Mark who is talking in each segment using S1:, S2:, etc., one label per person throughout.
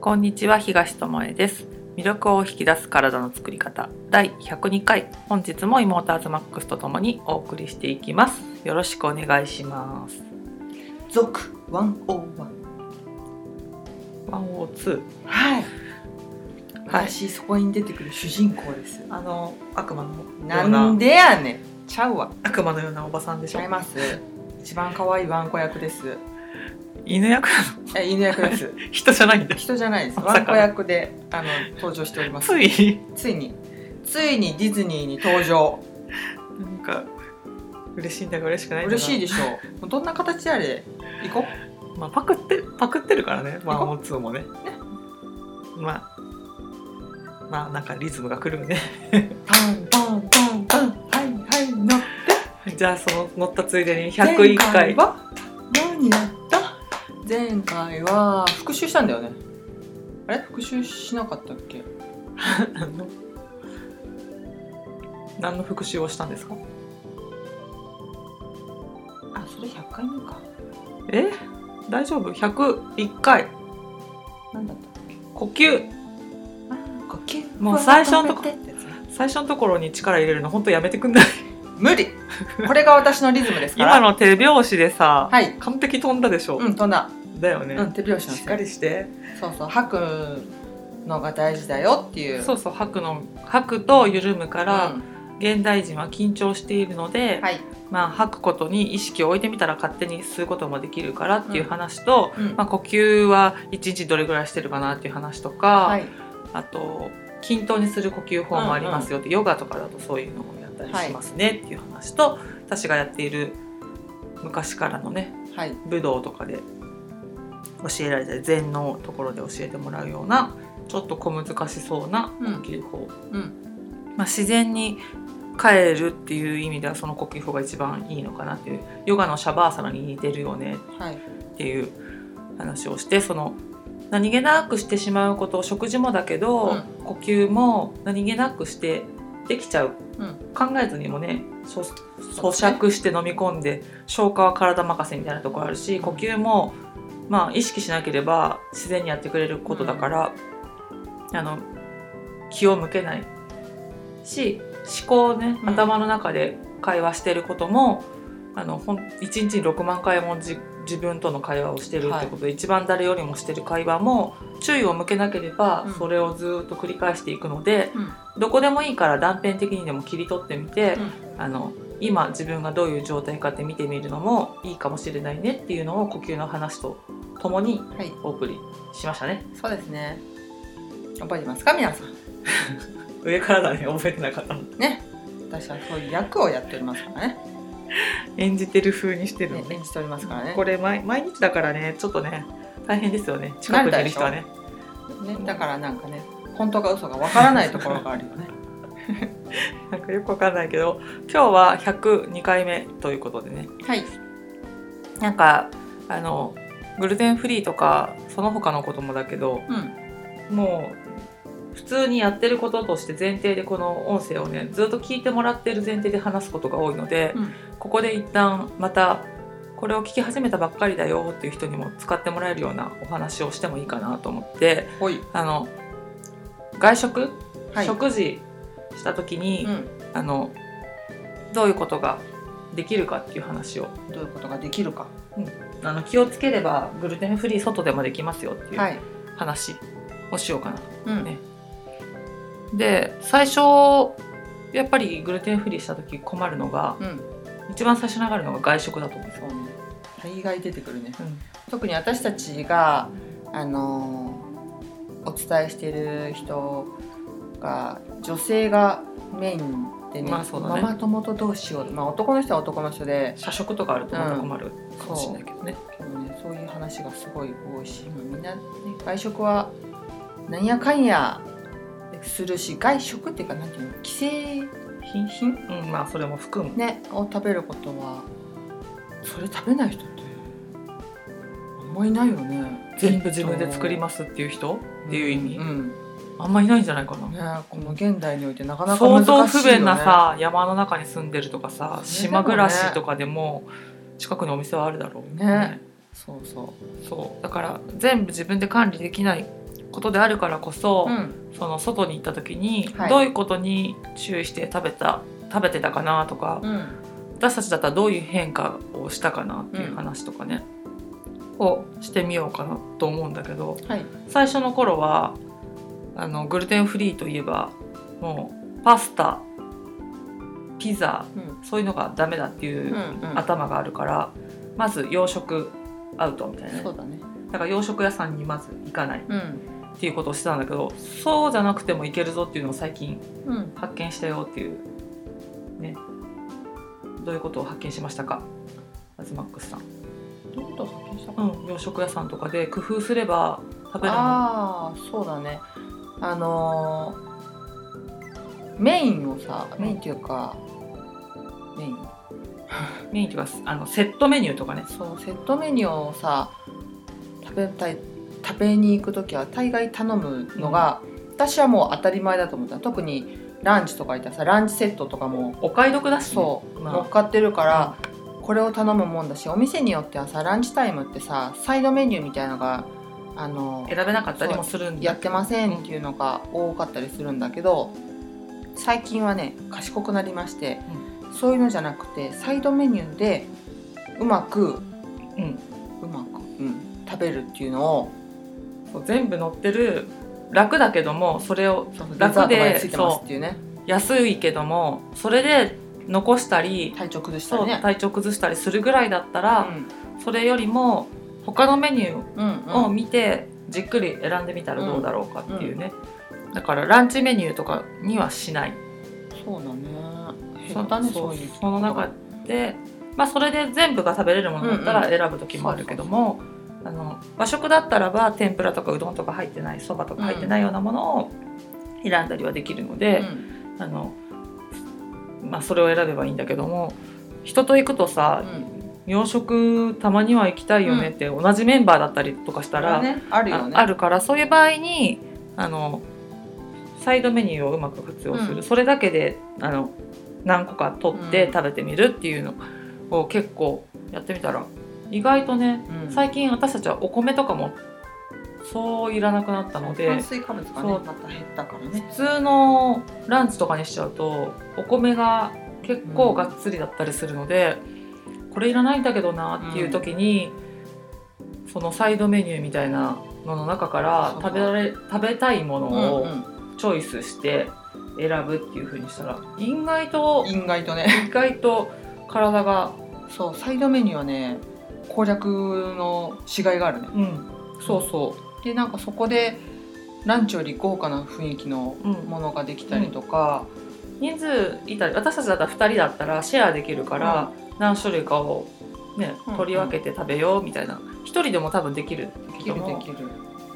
S1: こんにちは東智恵です魅力を引き出す体の作り方第102回本日もイモーターズマックスとともにお送りしていきますよろしくお願いします
S2: 続101
S1: 102
S2: は
S1: は
S2: い
S1: い
S2: 私そこに出てくる主人公ですよ
S1: あの悪魔のような
S2: なんでやねんちゃうわ
S1: 悪魔のようなおばさんでし
S2: ち
S1: ょ
S2: ゃいます一番可愛いワンコ役です
S1: 犬役な
S2: え犬役です
S1: の人じゃないんだ
S2: 人じゃないです
S1: ま
S2: ワ
S1: さ
S2: ン
S1: か
S2: コ役であの登場しておりま す
S1: つい
S2: ついについにディズニーに登場
S1: なんか嬉しいんだか嬉しくないんだ
S2: 嬉
S1: か
S2: しいでしょうもうどんな形であれ行こ
S1: まあ、パクってパクってるからねワンオーツーもねまあまあなんかリズムが来るよね
S2: うパンパンパンパンはいはいの
S1: じゃあその乗ったついでに101回
S2: 前は何やった前回は復習したんだよねあれ復習しなかったっけ
S1: あの何の復習をしたんですか
S2: あそれ100回目か
S1: え大丈夫101回
S2: 何だったっけ
S1: 呼吸
S2: 呼吸
S1: もう最初のとこ
S2: ふわふわってやつね
S1: 最初のところに力入れるの本当やめてくんない
S2: 無理これが私のリズムですから
S1: 今の手拍子でさ、
S2: はい
S1: 完璧飛んだでしょ、
S2: うん飛んだ
S1: だよね、
S2: うん手拍子な
S1: しっ
S2: んです
S1: か
S2: よ
S1: りして
S2: そうそう吐くのが大事だよっていう
S1: そううそう吐くの吐くと緩むから、
S2: ん
S1: 現代人は緊張しているので、
S2: はい
S1: まあ、吐くことに意識を置いてみたら勝手に吸うこともできるからっていう話と、
S2: うん
S1: まあ、呼吸は1日どれぐらいしてるかなっていう話とか、
S2: はい
S1: あと均等にする呼吸法もありますよって、ヨガとかだとそういうのもやったりしますねっていう話と、私がやっている昔からのね
S2: はい
S1: 武道とかで教えられた禅のところで教えてもらうようなちょっと小難しそうな呼吸法、
S2: うん
S1: まあ、自然に帰るっていう意味ではその呼吸法が一番いいのかなっていうヨガのシャバーサナに似てるよね
S2: はい
S1: っていう話をしてその何気なくしてしまうこと食事もだけど、
S2: うん
S1: 呼吸も何気なくしてできちゃう、
S2: うん
S1: 考えずにもねそ咀嚼して飲み込んで消化は体任せみたいなところあるし呼吸もまあ意識しなければ自然にやってくれることだから、あの気を向けないし思考をね
S2: うん
S1: 頭の中で会話してることも、あのほん1日に6万回もじ自分との会話をしてるってことで、一番誰よりもしてる会話も注意を向けなければ
S2: うん
S1: それをずーっと繰り返していくので、
S2: うん
S1: どこでもいいから断片的にでも切り取ってみて、あの今自分がどういう状態かって見てみるのもいいかもしれないねっていうのを呼吸の話とともに
S2: はい
S1: お送りしましたね
S2: そうですね覚えてますか皆さん
S1: 上からだね覚えてなかった
S2: ね私はそういう役をやっておりますからね
S1: 演じてる風にしてるの
S2: ね
S1: ね
S2: 演じておりますからね
S1: これ毎毎日だからねちょっとね大変ですよね近くにいる人はね
S2: ねだからなんかね本当か嘘かわからないところがあるよね
S1: なんかよくわかんないけど今日は102回目ということでね
S2: はい
S1: なんかあのグルテンフリーとかその他のこともだけど
S2: うん
S1: もう普通にやってることとして前提でこの音声をねずっと聞いてもらってる前提で話すことが多いので、
S2: うん
S1: ここで一旦またこれを聞き始めたばっかりだよっていう人にも使ってもらえるようなお話をしてもいいかなと思って
S2: ほい
S1: あの外食、
S2: はい
S1: 食事した時に、
S2: うん
S1: あのどういうことができるかっていう話を
S2: どういうことができるか
S1: あの気をつければグルテンフリー外でもできますよってい
S2: は
S1: う
S2: い
S1: 話をしようかなと
S2: うん
S1: ねで最初やっぱりグルテンフリーした時困るのが
S2: うん
S1: 一番最初に上がるのが外食だと思うんです
S2: そ
S1: よ
S2: うね大概出てくるね特に私たちがあのーお伝えしてる人が女性がメインでね,、
S1: まあそうだね
S2: ママ友とどうしよう、まあ、男の人は男の人で
S1: 社食とかあるとまた困るかもしれないけどね、
S2: でもねそういう話がすごい多いしもうみんな、ね、外食はなんやかんやするし外食っていうかなんていうの既製
S1: 品品うんまあそれも含む
S2: ねを食べることはそれ食べない人ってあんまいないよね
S1: 全部自分で作り
S2: ま
S1: ますっていう人っていう意味、
S2: うん
S1: あんまいないんじゃないかな、
S2: ね、この現代においてなかなか
S1: 相
S2: 難しいよ、ね、
S1: 当不便なさ山の中に住んでるとかさ
S2: それでもね
S1: 島暮らしとかでも近くにお店はあるだろう
S2: ねそうそう
S1: そうだから全部自分で管理できないことであるからこそ、
S2: うん
S1: その外に行った時に、
S2: はい
S1: どういうことに注意して食べた食べてたかなとか、
S2: うん
S1: 私たちだったらどういう変化をしたかなっていう話とかね、をしてみようかなと思うんだけど
S2: はい
S1: 最初の頃はあのグルテンフリーといえばもうパスタピザ
S2: うん
S1: そういうのがダメだっていううん
S2: うん
S1: 頭があるから、まず洋食アウトみたいなね
S2: そうだね
S1: だから洋食屋さんにまず行かない
S2: うん
S1: っていうことをしてたんだけどそうじゃなくても行けるぞっていうのを最近
S2: うん
S1: 発見したよっていうねどういうことを発見しましたかアズマックスさん、
S2: どういうことを発見したか
S1: うん、洋食屋さんとかで工夫すれば食べるの
S2: ああそうだねあのーメインをさメインっていうかメイン
S1: メインとかあのセットメニューとかね
S2: そうセットメニューをさ食べたい食べに行く時は大概頼むのが、私はもう当たり前だと思った特にランチとかいったらさランチセットとかも
S1: お買い得だし、ね、
S2: そう、
S1: まあ
S2: 乗っかってるから、これを頼むもんだしお店によってはさランチタイムってさサイドメニューみたいのがあの
S1: 選べなかったりもするん
S2: や
S1: だ
S2: ってませんっていうのが多かったりするんだけど最近はね賢くなりまして、そういうのじゃなくてサイドメニューでうまく
S1: うん
S2: うまく、うん、食べるっていうのを
S1: そう全部載ってる楽だけどもそれを
S2: そうデザー
S1: 楽
S2: トまで
S1: で
S2: ついてます
S1: そ
S2: っていうね
S1: う安いけどもそれで残したり
S2: 体調崩し
S1: そ
S2: たら
S1: う
S2: ね
S1: 体調崩したりするぐらいだったら、それよりも他のメニュー
S2: うんうん
S1: を
S2: うん
S1: 見てじっくり選んでみたらどうだろうかっていうね、だからランチメニューとかにはしない
S2: そうだねそうだね
S1: そ
S2: そう
S1: う
S2: いう
S1: その中で、まあ、それで全部が食べれるものだった
S2: うん
S1: ら選
S2: う
S1: ぶ時もあるけども、あの和食だったらば天ぷらとかうどんとか入ってないそばとか入ってないようなものを選んだりはできるので、
S2: うん
S1: あのまあ、それを選べばいいんだけども人と行くとさ、
S2: うん
S1: 洋食たまには行きたいよねって同じメンバーだったりとかしたら、
S2: ねあるよね
S1: ああるからそういう場合にあのサイドメニューをうまく活用する、
S2: うん
S1: それだけであの何個か取って食べてみるっていうのを結構やってみたら意外とね
S2: うん
S1: 最近私たちはお米とかもそういらなくなったので
S2: 炭水化物が
S1: そ
S2: ね
S1: う
S2: また減ったからね
S1: 普通のランチとかにしちゃうとお米が結構がっつりだったりするので、これいらないんだけどなっていう時に、そのサイドメニューみたいなのの中から
S2: そう
S1: 食べられ食べたいもの
S2: う
S1: を
S2: ん
S1: チョイスして選ぶっていう風にしたら意外と
S2: うん意外とね
S1: 意外と体が、
S2: そうサイドメニューはね攻略のしがいがあるね
S1: うん、そうそ
S2: でなんかそこでランチより豪華な雰囲気の
S1: う、うん
S2: ものができたりとか、
S1: 人数いたり私たちだったら2人だったらシェアできるから何種類かを、ね
S2: うんうん、
S1: 取り分けて食べようみたいな1人でも多分できる
S2: でき
S1: けど
S2: る
S1: も
S2: できる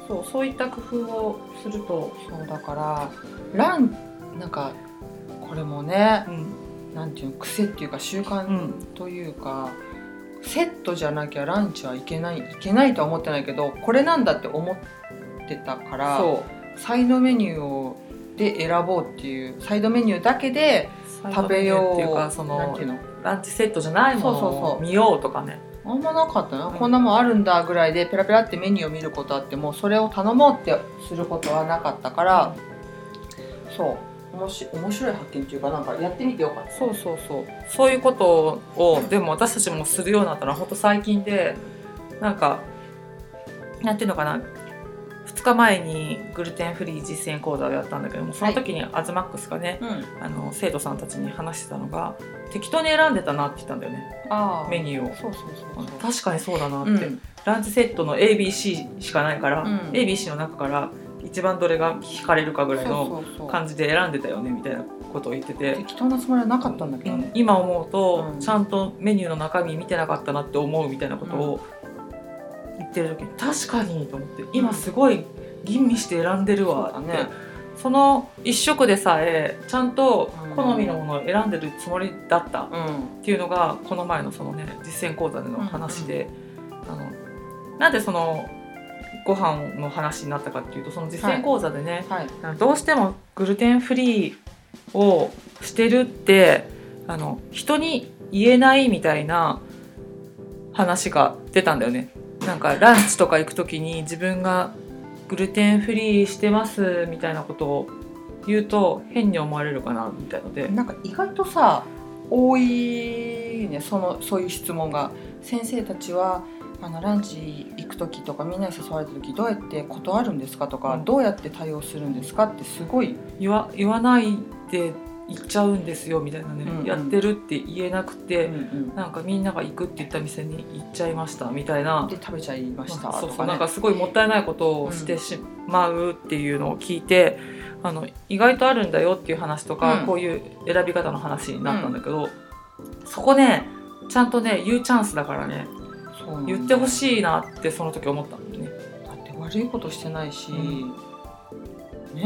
S1: そうそういった工夫をすると、
S2: そうだからランなんかこれもね
S1: うん
S2: なんていうの癖っていうか習
S1: う
S2: 慣
S1: ん、
S2: というか、セットじゃなきゃランチはいけないいけないとは思ってないけどこれなんだって思ってたから
S1: そう
S2: サイドメニューをで選ぼうっていうサイドメニューだけで食べよう
S1: っていうかそ
S2: なん
S1: の
S2: ていうの
S1: ランチセットじゃないも
S2: そうそう
S1: の
S2: そ
S1: を
S2: う
S1: 見ようとかね
S2: あんまなかったな、
S1: うん
S2: こんなもんあるんだぐらいでペラペラってメニューを見ることあってもそれを頼もうってすることはなかったから、そうおもし面白い発見っていうかなんかやってみてよかった
S1: そうそうそうそういうことをでも私たちもするようになったのはほんと最近でなんかなんていうのかな2日前にグルテンフリー実践講座をやったんだけどもその時にアズマックスがね、
S2: うん
S1: あの生徒さんたちに話してたのが適当に選んでたなって言ったんだよね
S2: ああ
S1: メニューを。
S2: そうそうそうそう
S1: 確かにそうだなって、
S2: うん
S1: ランチセットの ABC しかないから、
S2: うん
S1: ABC の中から一番どれが惹かれるかぐらいの
S2: そうそうそう
S1: 感じで選んでたよねみたいなことを言ってて、
S2: 適当なつもりはなかったんだけ
S1: う
S2: ど
S1: ん
S2: ね、
S1: 今思うと、
S2: うん
S1: ちゃんとメニューの中身見てなかったなって思うみたいなことを言ってる時に確かにと思って今すごい吟味して選んでるわって、
S2: そうだね
S1: その一色でさえちゃんと好みのものを選んでるつもりだった。
S2: うん
S1: っていうのがこの前のそのね実践講座での話で、あのなんでそのご飯の話になったかっていうとその実践講座でね、
S2: はい
S1: あのどうしてもグルテンフリーをしてるってあの人に言えないみたいな話が出たんだよね。なんかランチとか行く時に自分がグルテンフリーしてますみたいなことを言うと変に思われるかなみたいので、
S2: なんか意外とさ多いねそのそういう質問が先生たちはあのランチ行く時とかみんなに誘われた時どうやって断るんですかとか、
S1: うん
S2: どうやって対応するんですかってすごい、
S1: 言わ言わないで行っちゃうんですよみたいなね、
S2: うんうん
S1: やってるって言えなくて、
S2: で
S1: なんかみんなが行くって言った店に行っちゃいましたみたいな。
S2: 食べちゃいました
S1: そう
S2: と
S1: そ
S2: か
S1: う
S2: ね
S1: なんかすごいもったいないことをしてしまうっていうのを聞いて、あの意外とあるんだよっていう話とか、
S2: うん
S1: こういう選び方の話になったんだけど、そこねちゃんとね言うチャンスだからね
S2: そうなんだ
S1: 言ってほしいなってその時思ったんだよね。
S2: だって悪いことしてないし、
S1: うん
S2: ね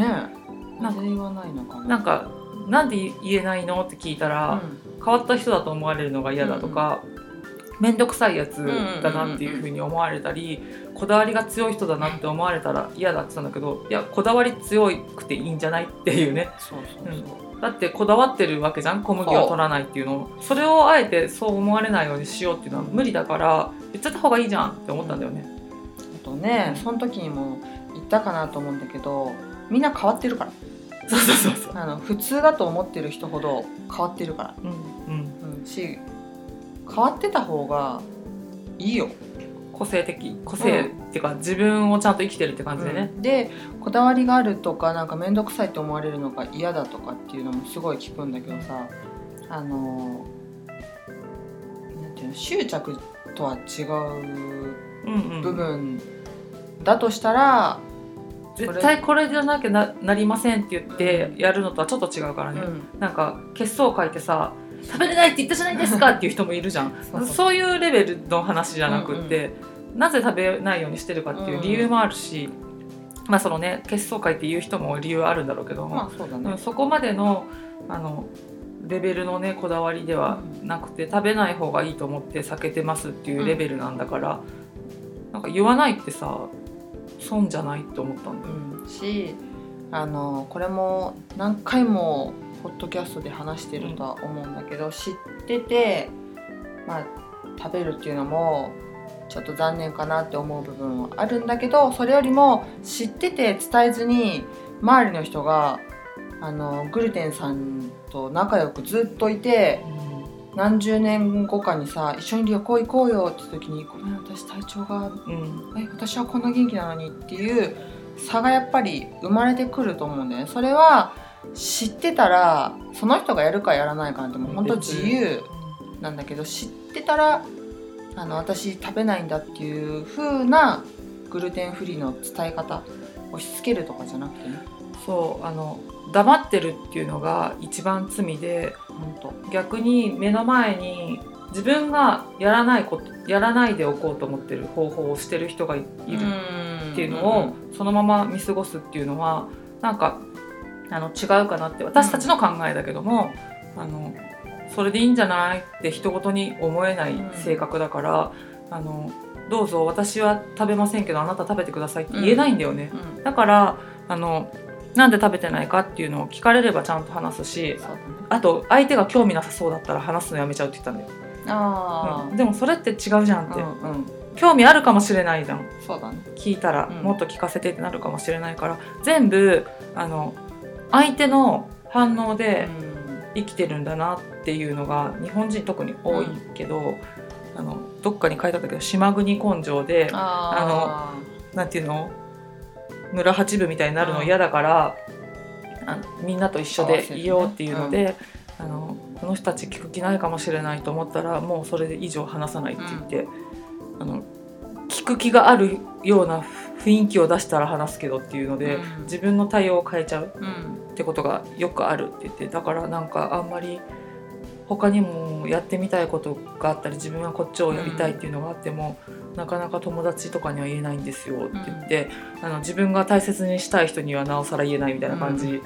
S2: えなんで言わないのかな
S1: なんかなんで言えないのって聞いたら、変わった人だと思われるのが嫌だとか面倒、くさいやつだなっていうふうに思われたり、こだわりが強い人だなって思われたら嫌だって言ったんだけどいやこだわり強くていいんじゃないっていうね
S2: そうそうそう、
S1: だってこだわってるわけじゃん小麦を取らないっていうのをそれをあえてそう思われないようにしようっていうのは無理だから言っちゃった方がいいじゃんって思ったんだよね。
S2: あとねその時にも言ったかなと思うんだけどみんな変わってるから
S1: そうそうそうそう、
S2: あの普通だと思ってる人ほど変わってるから、
S1: うんうん、
S2: うん、し変わってた方がいいよ、
S1: 個性的個性、っていうか自分をちゃんと生きてるって感じでね。
S2: うんでこだわりがあるとかなんか面倒くさいと思われるのが嫌だとかっていうのもすごい聞くんだけどさあのなんていうの執着とは違う
S1: うんうん
S2: 部分だとしたら、
S1: 絶対これじゃなきゃななりませんって言ってやるのとはちょっと違うから
S2: う
S1: ね、
S2: ん
S1: なんか血相書いてさ食べれないって言ったじゃないですかっていう人もいるじゃん
S2: そうそう
S1: そういうレベルの話じゃなくって、なぜ食べないようにしてるかっていう理由もあるし、まあそのね血相書いて言う人も理由あるんだろうけども、
S2: まあそうだ
S1: うん
S2: ね、
S1: そこまでのあのレベルのねこだわりではなくて食べない方がいいと思って避けてますっていうレベルなんだから、なんか言わないってさ損じゃないって思ったんだよね
S2: うん、しあのこれも何回もポッドキャストで話してるとは思うんだけど、知ってて、まあ、食べるっていうのもちょっと残念かなって思う部分はあるんだけどそれよりも知ってて伝えずに周りの人があのグルテンさんと仲良くずっといて。何十年後かにさ一緒に旅行行こうよって時に「ごめん私体調が
S1: うん、
S2: え私はこんな元気なのにっていう差がやっぱり生まれてくると思うんだよねそれは知ってたらその人がやるかやらないかなんてもう本当自由なんだけど知ってたらあの私食べないんだっていう風なグルテンフリーの伝え方押し付けるとかじゃなくてね
S1: そうあの黙ってるっていうのが一番罪で
S2: 本当
S1: 逆に目の前に自分がやらないことやらないでおこうと思ってる方法をしてる人がいいるっていうのをそのまま見過ごすっていうのはなんかあの違うかなって私たちの考えだけども、あのそれでいいんじゃないって人事に思えない性格だから、あのどうぞ私は食べませんけどあなた食べてくださいって言えないんだよね。
S2: うん
S1: だからあのなんで食べてないかっていうのを聞かれればちゃんと話すし
S2: そうだね
S1: あと相手が興味なさそうだったら話すのやめちゃうって言ったんだよ、
S2: あ
S1: うんでもそれって違うじゃん
S2: あ
S1: って、
S2: うんうん
S1: 興味あるかもしれないじゃん
S2: そうだね
S1: 聞いたら、
S2: うん
S1: もっと聞かせてってなるかもしれないから全部あの相手の反応で生きてるんだなっていうのが日本人特に多いけど、あのどっかに書いてあったけど島国根性で
S2: あの
S1: なんていうの村八分みたいになるの嫌だから、あみんなと一緒でいようっていうので、あのこの人たち聞く気ないかもしれないと思ったらもうそれで以上話さないって言って、あの聞く気があるような雰囲気を出したら話すけどっていうので、
S2: うん
S1: 自分の対応を変えちゃう
S2: うん
S1: ってことがよくあるって言ってだからなんかあんまり。他にもやってみたいことがあったり自分はこっちをやりたいっていうのがあっても、なかなか友達とかには言えないんですよって言って、あの自分が大切にしたい人にはなおさら言えないみたいな感じ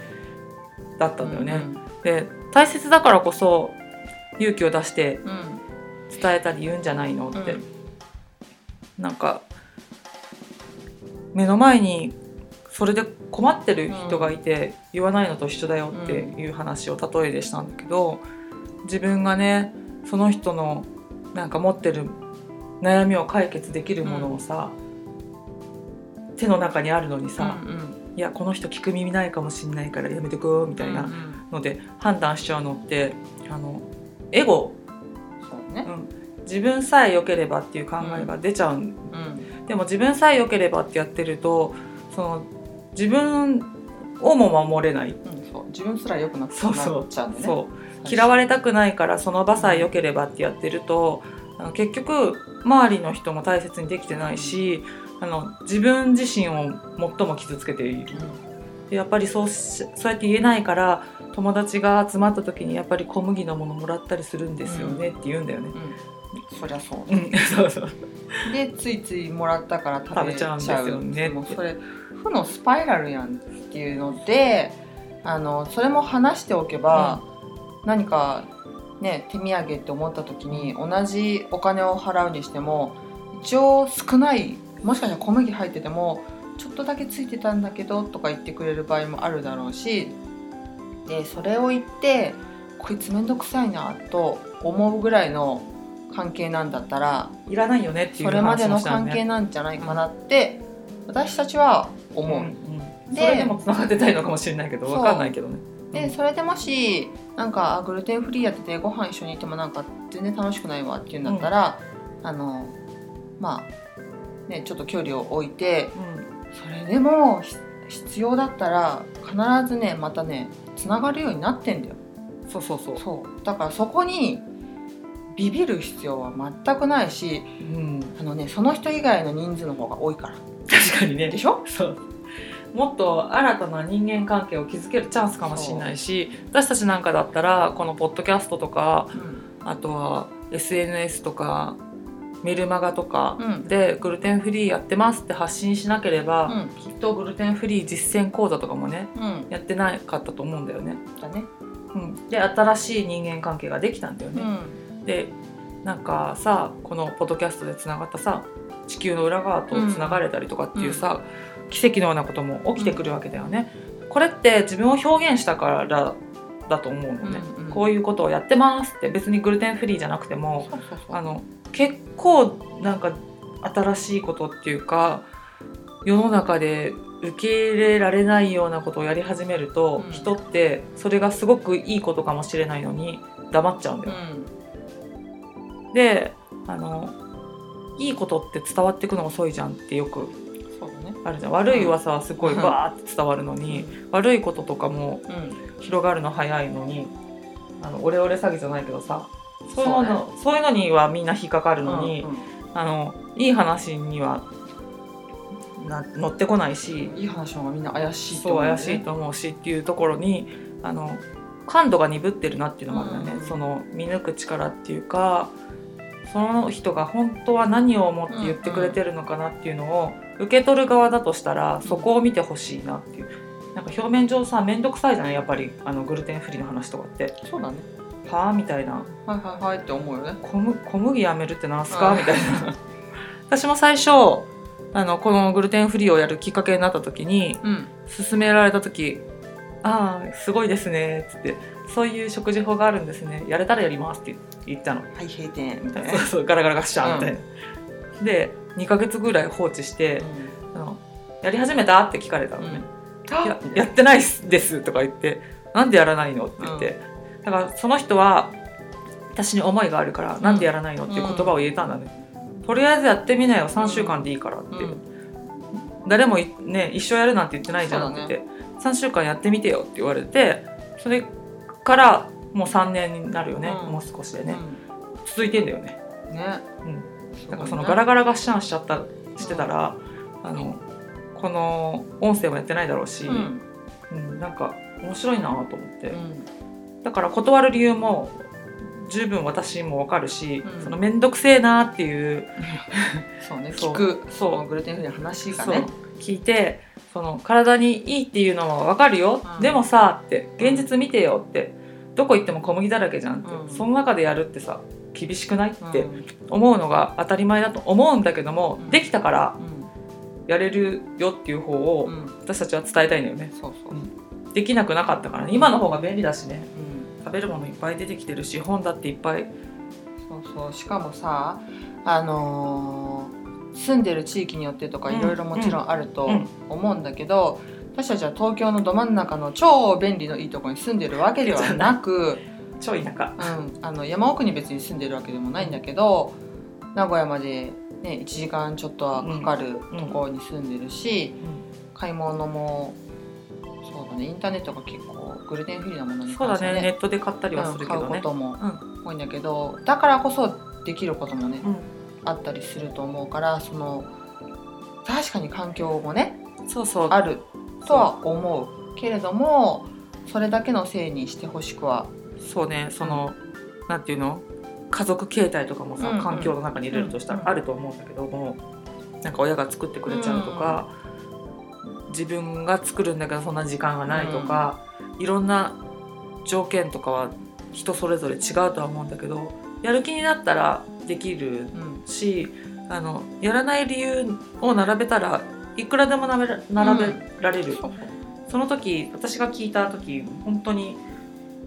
S1: だったんだよね。で大切だからこそ勇気を出して
S2: うんうん
S1: 伝えたり言うんじゃないのって、なんか目の前にそれで困ってる人がいて言わないのと一緒だよっていう話を例えでしたんだけど自分がねその人のなんか持ってる悩みを解決できるものをさ、手の中にあるのにさ、
S2: うんうん
S1: いやこの人聞く耳ないかもしんないからやめとくみたい
S2: うんう
S1: なんので判断しちゃうのってあのエゴ、
S2: そう
S1: う
S2: ね、
S1: ん、自分さえ良ければっていう考えが出ちゃうん
S2: うん
S1: でも自分さえ良ければってやってるとその自分をも守れない、
S2: うん、そう自分すら良くなくなっ
S1: そうそう
S2: ちゃうんでね
S1: そう嫌われたくないからその場さえ良ければってやってるとあの結局周りの人も大切にできてないしあの自分自身を最も傷つけているでやっぱりそうしそうやって言えないから友達が集まった時にやっぱり小麦のものもらったりするんですよねって言うんだよね。
S2: うん、うん、そりゃそう
S1: うんそうそう
S2: でついついもらったから食べちゃう
S1: 食べちゃうんですよね
S2: もうそれ負のスパイラルやんっていうのであのそれも話しておけば、何か、ね、手土産って思った時に同じお金を払うにしても一応少ないもしかしたら小麦入っててもちょっとだけついてたんだけどとか言ってくれる場合もあるだろうしでそれを言ってこいつめんどくさいなと思うぐらいの関係なんだったら
S1: いらないよねっていう
S2: それまで
S1: 話も
S2: の
S1: したよ
S2: 関
S1: ね
S2: 係なんじゃないかなって私たちは思う、
S1: うん
S2: で
S1: それでもつながってたいのかもしれないけど
S2: そう
S1: わかんないけどね。
S2: でそれでもしなんかあグルテンフリーやっててご飯一緒にいてもなんか全然楽しくないわっていうんだったら、あのまあねちょっと距離を置いて
S1: うん
S2: それでもひ必要だったら必ずねまたねつながるようになってんだよ
S1: そうそうそう。
S2: そうだからそこにビビる必要は全くないし
S1: うん、
S2: あのねその人以外の人数の方が多いから
S1: 確かに
S2: で
S1: ね。
S2: しょ
S1: そう。もっと新たな人間関係を築けるチャンスかもしれないし、私たちなんかだったらこのポッドキャストとか、あとは SNS とかメルマガとか
S2: うん
S1: でグルテンフリーやってますって発信しなければ、
S2: うん
S1: きっとグルテンフリー実践講座とかもね
S2: うん
S1: やってなかったと思うんだよね。
S2: だね
S1: うん、で新しい人間関係ができたんだよね。
S2: う
S1: でなんかさこのポッドキャストでつながったさ地球の裏側とつながれたりとかっていうさ、奇跡のようなことも起きてくるわけだよね。これって自分を表現したからだと思うのね、
S2: うんうん
S1: こういうことをやってますって別にグルテンフリーじゃなくても
S2: そうそうそう
S1: あの結構なんか新しいことっていうか世の中で受け入れられないようなことをやり始めると、
S2: うん
S1: 人ってそれがすごくいいことかもしれないのに黙っちゃうんだよね
S2: う
S1: であのいいことって伝わってくの遅いじゃんってよく
S2: ん、そうだね。
S1: あるじゃん悪い噂はすごい
S2: うん
S1: バーって伝わるのに、悪いこととかも
S2: うん、
S1: 広がるの早いのにあのオレオレ詐欺じゃないけどさそういう
S2: そう
S1: の
S2: ね
S1: そう,、いうのにはみんな引っかかるのに、
S2: うん
S1: あのいい話にはな乗ってこないし
S2: いい話の方がみんな怪しい
S1: そう
S2: うんだ
S1: 怪
S2: よね
S1: しいと思うしっていうところにあの感度が鈍ってるなっていうのもあるよね、
S2: うん
S1: その見抜く力っていうかその人が本当は何を思って言ってくれてるのかなっていうのを受け取る側だとしたらそこを見てほしいなっていうなんか表面上さ面倒くさいじゃないやっぱりあのグルテンフリーの話とかって
S2: そうだね。
S1: はあみたいな
S2: はいはいはいって思うよね。
S1: 小麦小麦やめるってなんす
S2: う
S1: か
S2: ん
S1: みたいな私も最初あのこのグルテンフリーをやるきっかけになった時に
S2: うん。
S1: 勧められた時「ああすごいですね」っつって「そういう食事法があるんですねやれたらやります」って言ったの
S2: はい閉店みたいな
S1: そう。そうガラガラガッシャーみたいな、で2ヶ月ぐらい放置して「あのやり始めた?」って聞かれたのね「いややってないっすです」とか言って「なんでやらないの?」って言って、だからその人は私に思いがあるから「なんでやらないの?」っていう言葉を言えたんだね、とりあえずやってみなよ3週間でいいからって、
S2: うん
S1: 誰もいね一生やるなんて言ってないじゃんって言って、3週間やってみてよって言われてそれからもう3年になるよね、
S2: うん
S1: もう少しで
S2: うん
S1: ね、続いてんだよね
S2: うんね。
S1: だからそのガラ
S2: ガ
S1: ガラガッシャンしちゃったしてたら、あのこの音声もやってないだろうし、
S2: う
S1: うん
S2: ん。
S1: なんか面白いなと思って、
S2: うん
S1: だから断る理由も十分私もわかるし、
S2: うん
S1: その面倒くせえなっていう
S2: そうね。
S1: そう
S2: 聞く。
S1: そう
S2: このグルテンフリーの話が
S1: そう
S2: ね。
S1: 聞いてその体にいいっていうのは分かるよ、
S2: うん
S1: でもさって現実見てよってどこ行っても小麦だらけじゃんって、
S2: うん
S1: その中でやるってさ厳しくないっ
S2: う
S1: て
S2: ん
S1: 思うのが当たり前だと思うんだけども、
S2: うん
S1: できたからやれるよっていう方
S2: う
S1: を
S2: ん。うん。
S1: 私たちは伝えたいんだよね
S2: そうそう。
S1: うんできなくなかったからね今の方が便利だしね
S2: うん。
S1: 食べるものいっぱい出てきてるし本だっていっぱい
S2: そうそうしかもさあのー住んでる地域によってとか
S1: うん
S2: いろいろもちろんあると
S1: うん
S2: 思うんだけど、私たちは東京のど真ん中の超便利のいいところに住んでるわけではな く、
S1: 超田舎
S2: うん、あの山奥に別に住んでるわけでもないんだけど名古屋まで、ね、1時間ちょっとはかかるところに住んでるし、買い物もそうだねインターネットが結構グルテンフリーなものに
S1: そうだねネ
S2: ね
S1: ットで買ったりはす
S2: うん
S1: るけ
S2: 買う
S1: ど
S2: こ
S1: ね、
S2: とも多いんだけどだからこそできることもね
S1: う
S2: あったりすると思うからその確かに環境もね
S1: ん、そうそう
S2: あるとは思うけれどもそれだけのせいにしてほしくは
S1: そうねその、なんていうの家族形態とかもさ、
S2: うんうん
S1: 環境の中に入れるとしたら
S2: うんうん
S1: あると思うんだけどもなんか親が作ってくれちゃうとか、自分が作るんだけどそんな時間がないとか、いろんな条件とかは人それぞれ違うとは思うんだけどやる気になったらできる
S2: うん
S1: しあのやらない理由を並べたらいくらでも並べら並べられる、その時私が聞いた時本当に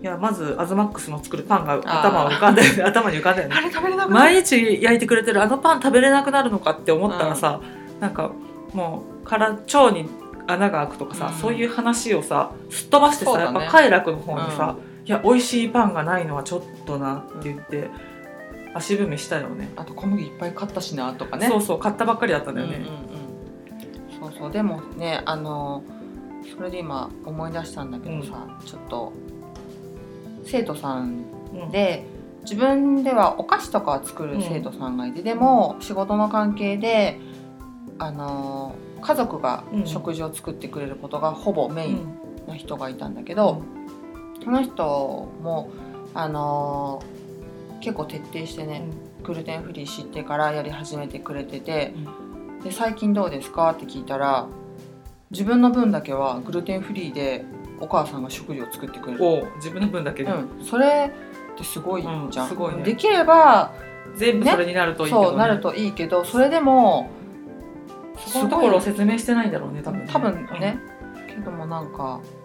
S1: いやまずアズマックスの作るパンが頭を浮かんだよね 頭に浮かんだよ
S2: あ
S1: ね
S2: れ食べれなくなる
S1: 毎日焼いてくれてるあのパン食べれなくなるのかって思ったらさ、なんかもうから腸に穴が開くとかさ、
S2: うん
S1: そういう話をさすっ飛ばしてさ、
S2: そう
S1: や
S2: だ
S1: っ
S2: ね
S1: ぱ快楽の方にさ、いや美味しいパンがないのはちょっとなって言って、足踏みしたよね
S2: あと小麦いっぱい買ったしなとかね
S1: そうそう買ったばっかりだったんだよ
S2: うん
S1: ね、
S2: うんうん、そうそうでもねあのそれで今思い出したんだけどさ、ちょっと生徒さん
S1: うん
S2: で自分ではお菓子とかは作る生徒さんがいて、でも仕事の関係であの家族が
S1: うん
S2: 食事を作ってくれることがほぼメイ
S1: う
S2: ン
S1: ん
S2: な人がいたんだけど、その人もあの結構徹底してね、グルテンフリー知ってからやり始めてくれてて「で最近どうですか?」って聞いたら自分の分だけはグルテンフリーでお母さんが食料を作ってくれる、
S1: を自分の分だけで、
S2: うん、それってすごいじゃん、
S1: うんすごいね
S2: できれば
S1: 全部それになるといいけど、ね
S2: そうなるといいけどそれでも
S1: そこのところを説明してないんだろうね多分
S2: 多分ね、けどもなんか
S1: うん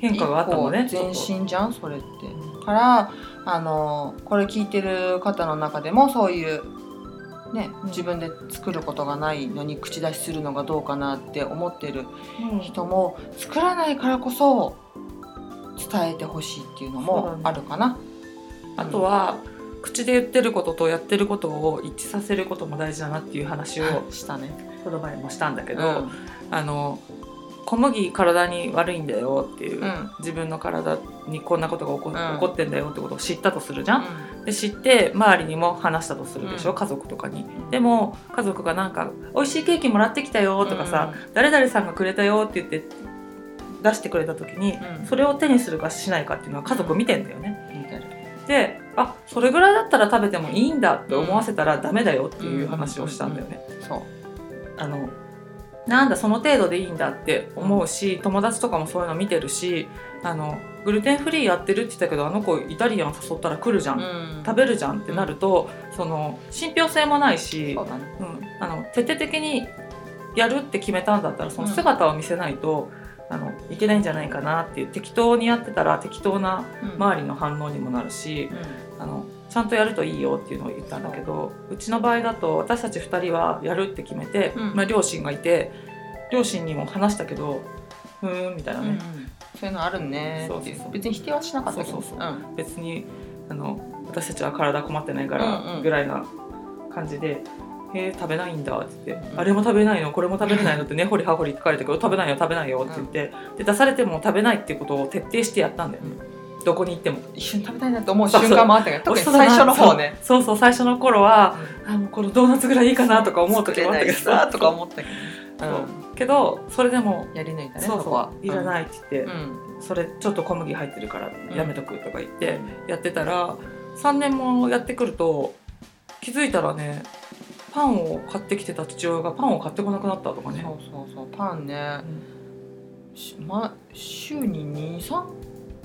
S1: 変化があったもんね
S2: 一個
S1: ちょ
S2: 前
S1: っ
S2: 進じゃんそれってからあのこれ聞いてる方の中でもそういう、ね
S1: うん
S2: 自分で作ることがないのに口出しするのがどうかなって思ってる
S1: とうん
S2: 人も作らないからこそ伝えてほしいっていうの
S1: そうだ
S2: も
S1: ね
S2: あるかな。
S1: あとは口で言ってることとやってることを一致させることも大事だなっていう話を
S2: したね。
S1: この前もしたんだけ
S2: け
S1: ど、
S2: ど、
S1: あの小麦体に悪いんだよっていう、
S2: うん
S1: 自分の体にこんなことが起こ,、
S2: うん
S1: 起こってんだよってことを知ったとするじゃん、で知って周りにも話したとするでしょ、
S2: うん
S1: 家族とかにでも家族がなんか「美味しいケーキもらってきたよ」とかさ、誰々さんがくれたよって言って出してくれた時に、
S2: うん
S1: それを手にするかしないかっていうのは家族見てんだよね。
S2: うん、みたいな
S1: であそれぐらいだったら食べてもいいんだって思わせたらダメだよっていう話をしたんだよね。
S2: そう。
S1: あのなんだその程度でいいんだって思うし友達とかもそういうの見てるしあのグルテンフリーやってるって言ったけどあの子イタリアン誘ったら来るじゃん、
S2: うん
S1: 食べるじゃんってなるとその信憑性もないし
S2: そうだね。
S1: うん、あの徹底的にやるって決めたんだったらその姿を見せないと、あのいけないんじゃないかなっていう適当にやってたら適当な周りの反応にもなるし、あのちゃんとやるといいよっていうのを言ったんだけどうちの場合だと私たち2人はやるって決めて、
S2: うん
S1: まあ、両親がいて両親にも話したけど「うーん」みたいな
S2: うん、うん
S1: ね、
S2: そういうのあるねってい
S1: そうそう
S2: う
S1: そう
S2: 別に否定はしなかったけど
S1: そうそう
S2: う
S1: そ
S2: ん
S1: 別にあの私たちは体困ってないから
S2: うんうん
S1: ぐらいな感じで。へえ食べないんだって言って、
S2: うん
S1: あれも食べないのこれも食べれないのってねほりはほりって書いてたけど食べないよ食べないよって言って、で出されても食べないっていうことを徹底してやったんだよね、どこに行っても
S2: 一緒に食べたいなと思う
S1: そう
S2: 瞬間もあったけど特に最初の方ね
S1: そうそうそう最初の頃はあもうこのドーナツぐらいいいかなとか思う時もあったけど
S2: 作れないしさとか思ったけど
S1: そうけどそれでも
S2: うんやり抜いたね
S1: そう
S2: こは
S1: そういらないいって言って、
S2: うん
S1: それちょっと小麦入ってるからやめとくとか言ってやってたら3年もやってくると気づいたらねパンを買ってきてた父親がパンを買ってこなくなったとかね
S2: そうそうそうパンねしま週に23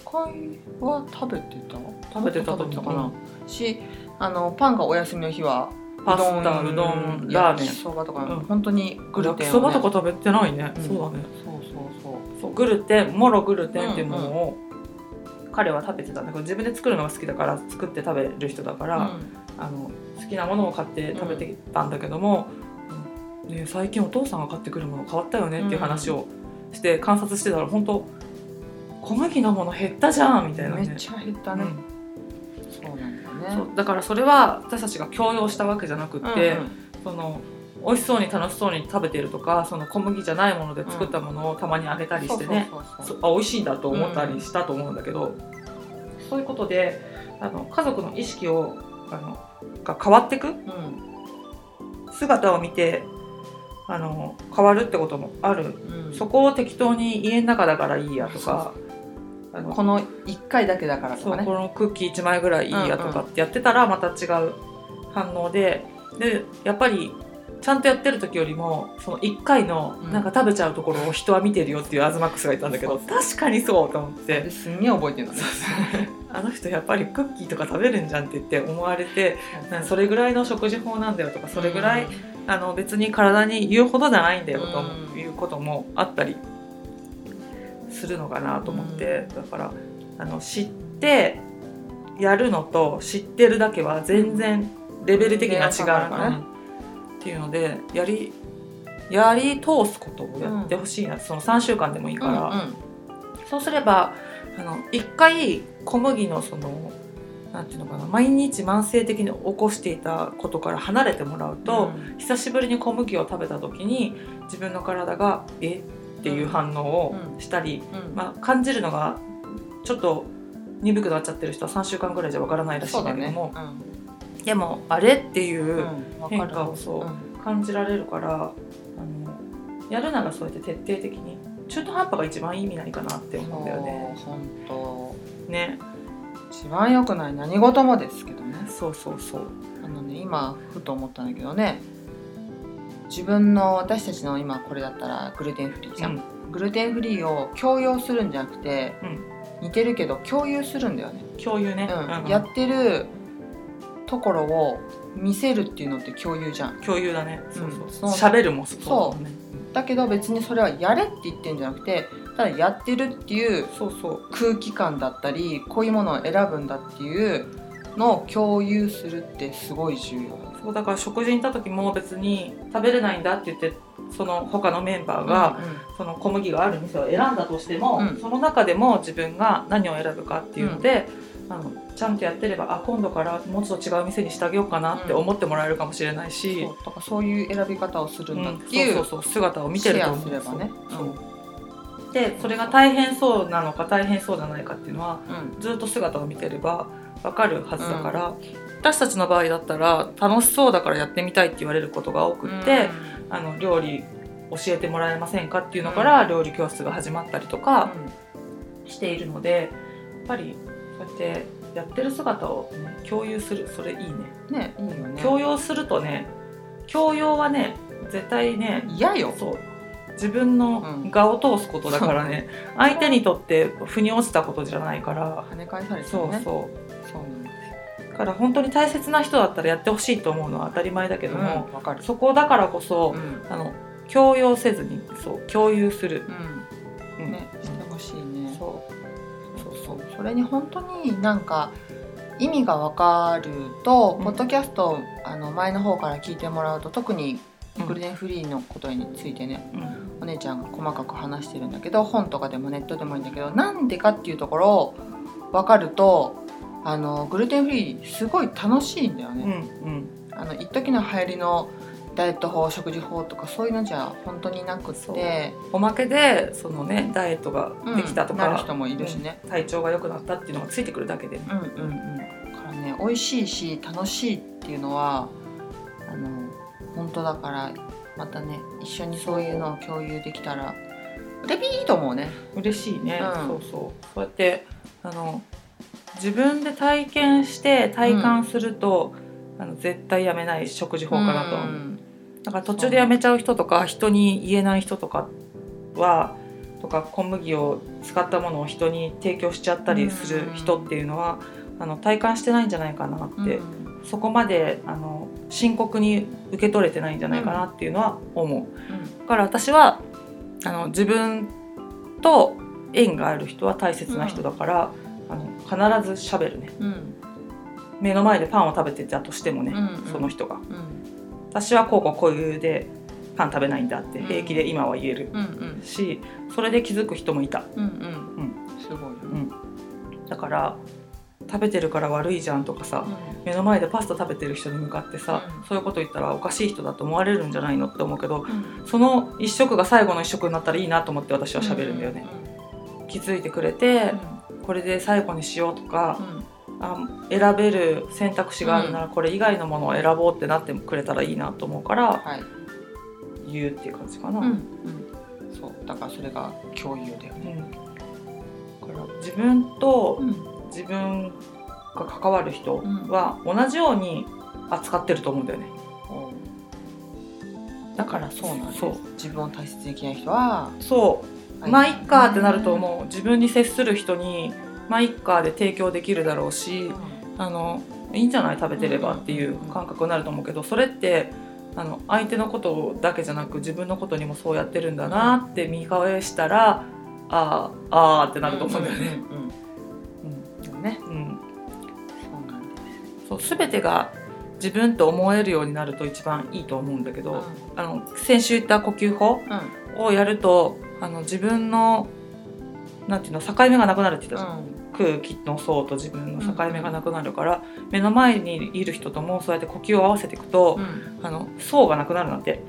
S2: 回は食べてた
S1: 食べてたと思う
S2: 食べかなしあのパンがお休みの日は
S1: パスタうどんラーメ
S2: 焼き
S1: ン
S2: そばとか
S1: うん
S2: 本当にグル
S1: 焼
S2: テ
S1: き
S2: ンをね
S1: そばとか食べてないね、
S2: うん
S1: そうだね
S2: そうそうそう
S1: そうグルテンモログルテンっていうものを彼は食べてたんだけど自分で作るのが好きだから作って食べる人だから、
S2: うん
S1: あの好きなものを買って食べてたんだけども、うんね、最近お父さんが買ってくるもの変わったよねっていう話をして観察してたら本当小麦のもの減ったじゃんみたいな
S2: めっ
S1: ね
S2: ちゃ減ったね、そうなんだね
S1: うんそうだからそれは私たちが強要したわけじゃなくって、
S2: うんうん
S1: その美味しそうに楽しそうに食べてるとかその小麦じゃないもので作ったものをたまにあげたりしてね、
S2: そうそうそう
S1: そ
S2: そ
S1: うあ美味しいんだと思ったりしたと思うんだけど、そういうことであの家族の意識をあのが変わってく姿を見てあの変わるってこともある
S2: うんうん
S1: そこを適当に家の中だからいいやとかあの
S2: この1回だけだからと
S1: そう
S2: かね
S1: このクッキー1枚ぐらいいいやとかってやってたらまた違う反応ででやっぱりちゃんとやってる時よりもその1回の
S2: うん
S1: なんか食べちゃうところを人は見てるよっていうアズマックスがいたんだけど
S2: そう
S1: 確かにそうと思っ
S2: で
S1: て
S2: すんげえ覚えてるのね
S1: あの人やっぱりクッキーとか食べるんじゃんって言って思われてなんそれぐらいの食事法なんだよとかそれぐらいあの別に体に言うほどじゃないんだよ
S2: うん
S1: ということもあったりするのかなと思って、だからあの知ってやるのと知ってるだけは全然レベル的には違う
S2: レベルが上が
S1: か
S2: るから
S1: ら
S2: ね
S1: っていうのでやりやり通すことをやってほしいな、その3週間でもいい
S2: うん
S1: か
S2: う
S1: ら、
S2: ん
S1: そうすればあの1回小麦のそのなんていうのかな毎日慢性的に起こしていたことから離れてもらうと、
S2: うん
S1: 久しぶりに小麦を食べた時に自分の体が「えっ?」ていう反応をしたり、
S2: うん
S1: まあ、感じるのがちょっと鈍くなっちゃってる人は3週間ぐらいじゃわからないらしい
S2: そうん
S1: だ
S2: だ
S1: けど
S2: ね
S1: も、
S2: うん
S1: でも「あれ?」っていううん
S2: わか
S1: 変
S2: る
S1: 化をそううん感じられるから、あのやるならそうやって徹底的に中途半端が一番いい意味ないかなって思うんだよね。
S2: そう本当
S1: ね
S2: 一番良くない何事もですけどね
S1: そうそうそう。
S2: あのね今ふと思ったんだけどね自分の私たちの今これだったらグルテンフリーじゃん、グルテンフリーを強要するんじゃなくて、
S1: うん
S2: 似てるけど共有するんだよね、
S1: 共有ね、
S2: うん
S1: うん
S2: やってるところを見せるっていうのって共有じゃん
S1: 共有だね。そうそう
S2: うん
S1: そ
S2: そうう
S1: 喋るもそうだね
S2: だけど別にそれはやれって言ってんじゃなくてただやってるっていう
S1: そうそう。
S2: 空気感だったりこういうものを選ぶんだっていうのを共有するってすごい重要
S1: そうだから食事に行った時も別に食べれないんだって言ってその他のメンバーが、その小麦がある店を選んだとしても、
S2: うん
S1: その中でも自分が何を選ぶかっていうので、あのちゃんとやってればあ今度からもうちょっと違う店にしてあげようかなって思ってもらえるかもしれない
S2: うん
S1: し
S2: そ、うとかそういう選び方をする
S1: うんん
S2: だっていう,、
S1: そうそうそう姿を見てると思う
S2: シェアすればね
S1: そうそうでそれが大変そうなのか大変そうじゃないかっていうのは
S2: うん
S1: ずっと姿を見てればわかるはずだから、私たちの場合だったら楽しそうだからやってみたいって言われることが多くって、あの料理教えてもらえませんかっていうのから料理教室が始まったりとかしているのでやっぱりそうやってやってる姿をね、共有するそれいいね
S2: うんねいいよね
S1: 強要するとね強要はね絶対ね
S2: 嫌よ
S1: そう自分の我を通すことだからね、相手にとって腑に落ちたことじゃないから、
S2: 跳ね返されちゃ
S1: そうう
S2: ね
S1: そう
S2: そうなんです
S1: だから本当に大切な人だったらやってほしいと思うのは当たり前だけ
S2: け
S1: ど
S2: ど
S1: も
S2: も、わかる
S1: そこだからこそ、
S2: ん
S1: あの強要せずにそう共有する、う
S2: うんんねしてほしいね
S1: そうそうそう
S2: それに本当になんか意味がわかると、
S1: うん
S2: ポッドキャストあの前の方から聞いてもらうと特に
S1: うん
S2: グルデンフリーのことについてね、
S1: うん
S2: お姉ちゃんが細かく話してるんだけど本とかでもネットでもいいんだけどなんでかっていうところを分かるとあのグルテンフリーすごい楽しいんだよ
S1: うん
S2: ね。あの一時の流行りのダイエット法食事法とかそういうのじゃ本当になくっ
S1: そう
S2: て
S1: おまけでそのねダイエットが
S2: うん
S1: できたと
S2: なる
S1: か、
S2: 人もいるしね。
S1: 体調が良くなったっていうのがついてくるだけでね、
S2: うんうんうん、だからね美味しいし楽しいっていうのはあの本当だからまたね一緒にそういうのを共有できたらうれぴいと思うね。
S1: 嬉しいね、
S2: うん
S1: そうそうそうやってあの自分で体験して体感すると、あの絶対やめない食事法かなとは思うだから途中でやめちゃう人とか人に言えない人とかはとか小麦を使ったものを人に提供しちゃったりする人っていうのは、あの体感してないんじゃないかな
S2: う
S1: っ
S2: ん
S1: て、
S2: うん
S1: そこまであの深刻に受け取れてないんじゃないかなっていうのは思う。だから私はあの自分と縁がある人は大切な人だから、あの必ず喋るね
S2: うん
S1: 目の前でパンを食べてたとしてもね、
S2: うんうん
S1: その人が
S2: うん
S1: 私はこうこうこういう理由でパン食べないんだって
S2: うん
S1: 平気で今は言える
S2: うんうん
S1: しそれで気づく人もいた
S2: うんうんすごいよね
S1: だから食べてるから悪いじゃんとかさ目の前でパスタ食べてる人に向かってさ、
S2: うん
S1: そういうこと言ったらおかしい人だと思われるんじゃないのって思うけど
S2: うん
S1: その一食が最後の一食になったらいいなと思って私は喋るんだよね、気づいてくれて
S2: うん
S1: これで最後にしようとか
S2: う、んうん
S1: あ選べる選択肢があるならこれ以外のものを選ぼうってなってくれたらいいなと思うから
S2: はい
S1: 言うっていう感じかな、
S2: うんうんそうだからそれが共有だよね
S1: うんだから自分と自分が関わる人は同じように扱ってると思うんだよね。
S2: おうだからそうなんです
S1: そう
S2: 自分を大切にできない人は
S1: そう、まあいっかってなると思う自分に接する人にまあいっかで提供できるだろうしあのいいんじゃない食べてればっていう感覚になると思うけどそれってあの相手のことだけじゃなく自分のことにもそうやってるんだなって見返したらあーあーってなると思うんだよね。
S2: うんうんうんね
S1: うん、
S2: そうなんだよね
S1: そう全てが自分と思えるようになると一番いいと思うんだけど、あの先週言った呼吸法
S2: うん
S1: をやるとあの自分のなんていうの境目がなくなるって言ったじゃん
S2: う
S1: 空気の層と自分の境目がなくなるから、目の前にいる人ともそうやって呼吸を合わせていくと、
S2: んうん
S1: あの層がなくなるなんて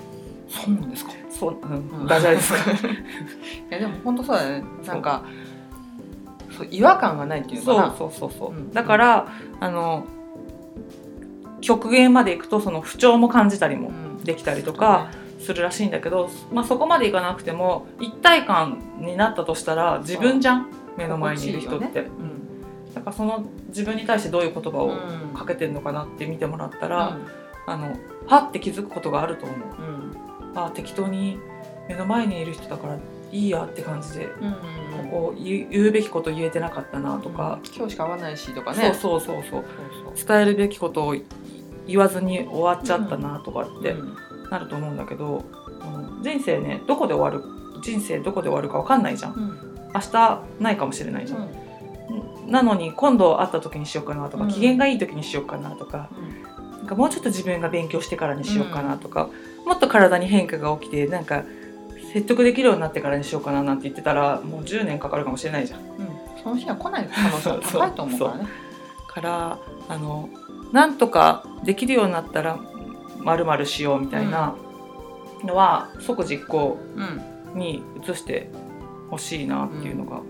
S2: そうなんですか
S1: そう、う
S2: うん
S1: ん、ダジャレです か
S2: いやでも本当そうだよねなんかそう違和感がないっていうの
S1: そ
S2: か
S1: う
S2: な
S1: そうそうそう、
S2: うん
S1: だからあの極限までいくとその不調も感じたりも
S2: うん
S1: できたりとかするらしいんだけど、まあ、そこまでいかなくても一体感になったとしたら自分じゃん目の前にいる人っ
S2: 心地
S1: て、
S2: いいよねうん
S1: だからその自分に対してどういう言葉を
S2: うん
S1: かけてるのかなって見てもらったら、あのパッて気づくことがあると思う
S2: うんうん
S1: あ適当に目の前にいる人だからいいやって感じで、
S2: うん
S1: ここ言う言うべきこと言えてなかったなとか、
S2: 今日しか会わないしとかね
S1: そうそうそうそう
S2: そうそう
S1: 伝えるべきことを言わずに終わっちゃったなとかって、
S2: うん
S1: なると思うんだけど、うん人生ねどこで終わる人生どこで終わるかわかんないじゃん
S2: うん
S1: 明日ないかもしれないじゃん、なのに今度会った時にしようかなとか、
S2: うん
S1: 機嫌がいい時にしようかなとかなんかもうちょっと自分が勉強してからにしようかなとか、もっと体に変化が起きてなんか説得できるようになってからにしようかななんて言ってたらもう10年かかるかもしれないじゃん。
S2: うんその日は来ない可能性が高いと思うからね
S1: からあのなんとかできるようになったらまるまるしようみたいなのは即実行
S2: うん
S1: に移してほしいなっていうのが、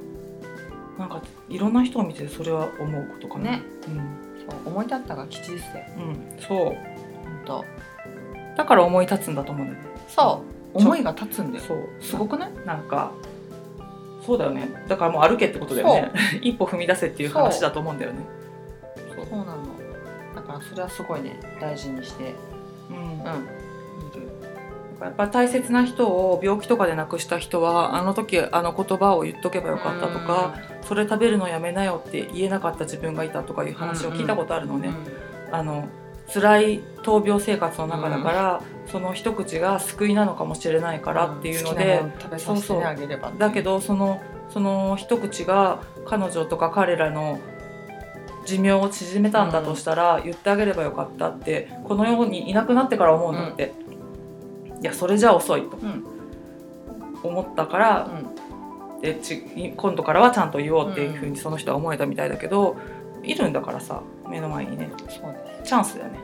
S1: なんかいろんな人を見てそれは思うことかな。
S2: ね
S1: うん
S2: そう思い立ったが吉ですよ
S1: うん、そう
S2: 本当
S1: だから思い立つんだと思うんだよね。
S2: そう思いが立つんだよ
S1: そう
S2: すごくない
S1: なんかそうだよねだからもう歩けってことだよね 一歩踏み出せっていう話だと思うんだよね。そう
S2: そうなのだからそれはすごいね大事にして
S1: うん
S2: うん
S1: なんか
S2: いる
S1: やっぱ大切な人を病気とかで亡くした人はあの時あの言葉を言っとけばよかったとか、それ食べるのやめなよって言えなかった自分がいたとかいう話を聞いたことあるの
S2: うん
S1: ね。あの辛い闘病生活の中だから、その一口が救いなのかもしれないからっていうので、
S2: 好きなもの食べさせてあげればっていう
S1: だけどそのその一口が彼女とか彼らの寿命を縮めたんだとしたら、言ってあげればよかったってこの世にいなくなってから思うんだって、いやそれじゃ遅いと
S2: うん
S1: 思ったから、でち今度からはちゃんと言おうっていうふうにその人は思えたみたいだけど、いるんだからさ目の前にね
S2: そうで
S1: チャンスだよね。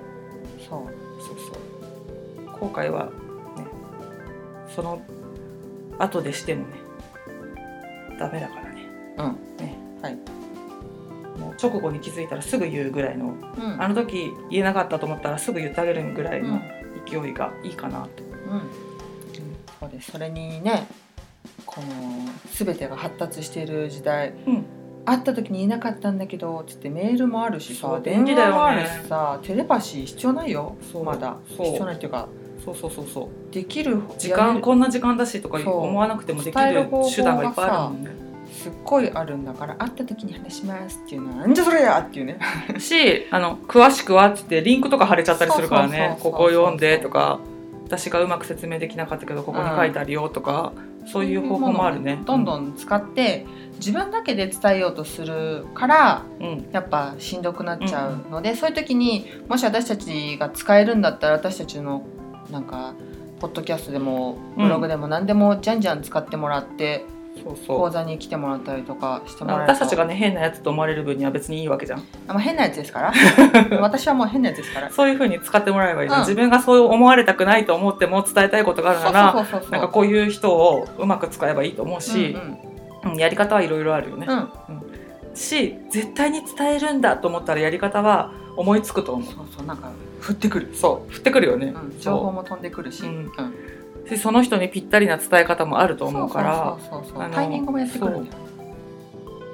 S2: すそう
S1: そうそう後悔はねその後でしてもねダメだからね
S2: うん
S1: ね
S2: はい
S1: もう直後に気づいたらすぐ言うぐらいの
S2: うん
S1: あの時言えなかったと思ったらすぐ言ってあげるぐらい
S2: うん
S1: の勢いがいいかなと、
S2: うんそうですそれにねこの全てが発達している時代、
S1: うん
S2: 会った時に言えなかったんだけどつってメールもあるし
S1: そ
S2: さ
S1: う
S2: 電
S1: 便利だ
S2: 話も
S1: よ
S2: あ
S1: ね
S2: るしさ、テレパシー必要ないよ
S1: そう
S2: まだ
S1: そう
S2: 必要ないっていうか
S1: そうそうそうそう
S2: できる
S1: 時間
S2: や
S1: こんな時間だしとか
S2: そう
S1: 思わなくてもでき
S2: 伝え
S1: る
S2: る方法が
S1: 手段がいっぱいあるもんね
S2: れるすっごいあるんだから会った時に話しますっていうのはなんじゃそれやっていうね
S1: しあの詳しくはっつってリンクとか貼れちゃったりするからね
S2: そうそうそうそう
S1: ここ読んでとか私がうまく説明できなかったけどここに書いてあるよとか、そういう方法もあるね。
S2: どんどん使って自分だけで伝えようとするから
S1: うん
S2: やっぱしんどくなっちゃうので、そういう時にもし私たちが使えるんだったら私たちのなんかポッドキャストでも
S1: うん
S2: ブログでも何でもじゃんじゃん使ってもらって、
S1: そうそ
S2: 講
S1: う
S2: 座に来てもらったりとかしてもらえると
S1: 私たちがね変なやつと思われる分には別にいいわけじゃん
S2: あ、まあ、変なやつで すから私はもう変なやつですから
S1: そういうふうに使ってもらえばいいじゃん、
S2: うん
S1: 自分がそう思われたくないと思っても伝えたいことがあるなら
S2: そうそうそうそう
S1: なんかこういう人をうまく使えばいいと思うし
S2: う、ん
S1: うんやり方はいろいろあるよね
S2: うん、う、ん
S1: し絶対に伝えるんだと思ったらやり方は思いつくと思
S2: そうそうなんか、
S1: う降ってくるそう降ってくるよね、
S2: うん、情報
S1: そ
S2: も飛んでくるし、
S1: うん
S2: ん
S1: うしその人にぴったりな伝え方もあると思うから
S2: そうそうそうそう
S1: あの
S2: タイミングもやってくるんだよ、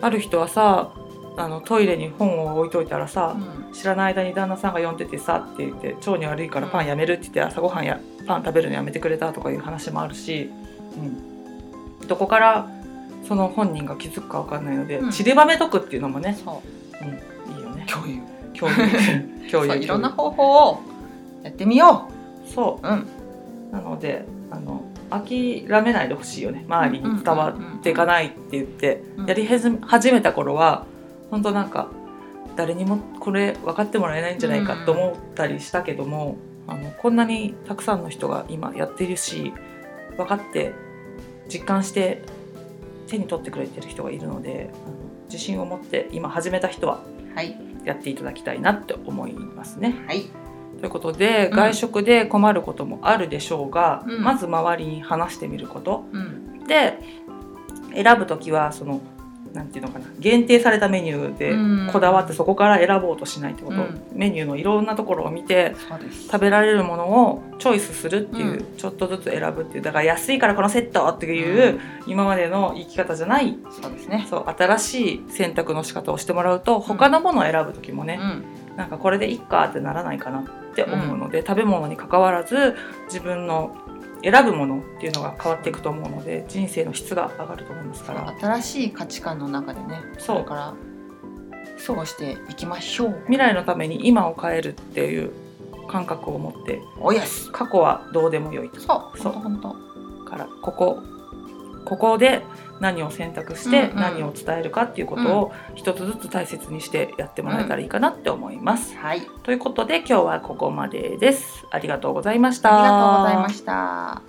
S1: ある人はさあのトイレに本を置いといたらさ、
S2: うん
S1: 知らない間に旦那さんが読んでてさって言って腸に悪いからパンやめるって言って朝ごはんやパン食べるのやめてくれたとかいう話もあるし、うん、どこからその本人が気づくかわかんないので、
S2: うん
S1: 散りばめとくっていうのもね、
S2: そう
S1: いいよね
S2: 共有
S1: 共有 共有
S2: そういろんな方法をやってみよ、
S1: そう
S2: うん、
S1: うなのであの諦めないでほしいよね周りに伝わっていかないって言って、
S2: うん
S1: やり始め始めた頃は本当なんか誰にもこれ分かってもらえないんじゃないかと思ったりしたけども、あのこんなにたくさんの人が今やってるし分かって実感して手に取ってくれてる人がいるのであの自信を持って今始めた人は
S2: はい
S1: やっていただきたいなって思いますね。
S2: はい
S1: ということで、
S2: うん
S1: 外食で困ることもあるでしょうが、
S2: うん
S1: まず周りに話してみること、
S2: うん
S1: で選ぶ時はそのなんていうのかな限定されたメニュー
S2: うん
S1: でこだわってそこから選ぼうとしないってこと、
S2: うん
S1: メニューのいろんなところを見て
S2: そうです
S1: 食べられるものをチョイスするっていう、
S2: う
S1: ちょっとずつ選ぶっていうだから安いからこのセットっていう、今までの生き方じゃない
S2: うんそうですね
S1: そう新しい選択の仕方をしてもらうと他のものを選ぶ時もね、
S2: う
S1: なんかこれでいっかってならないかなって思うので、食べ物に関わらず自分の選ぶものっていうのが変わっていくと思うので人生の質が上がると思いますから
S2: ん、新しい価値観の中でね
S1: そ
S2: こ
S1: う
S2: れから過ごしていきましょう
S1: 未来のために今を変えるっていう感覚を持って
S2: おやす
S1: 過去はどうでもよいと
S2: そう
S1: そう
S2: 本当本
S1: からここここで何を選択して
S2: うんうん
S1: 何を伝えるかっていうことを一つずつ大切にしてやってもらえたらいいかなって思います。
S2: 当はいあり
S1: ということで今日はここまでです。ありがとうございました。
S2: がとうございました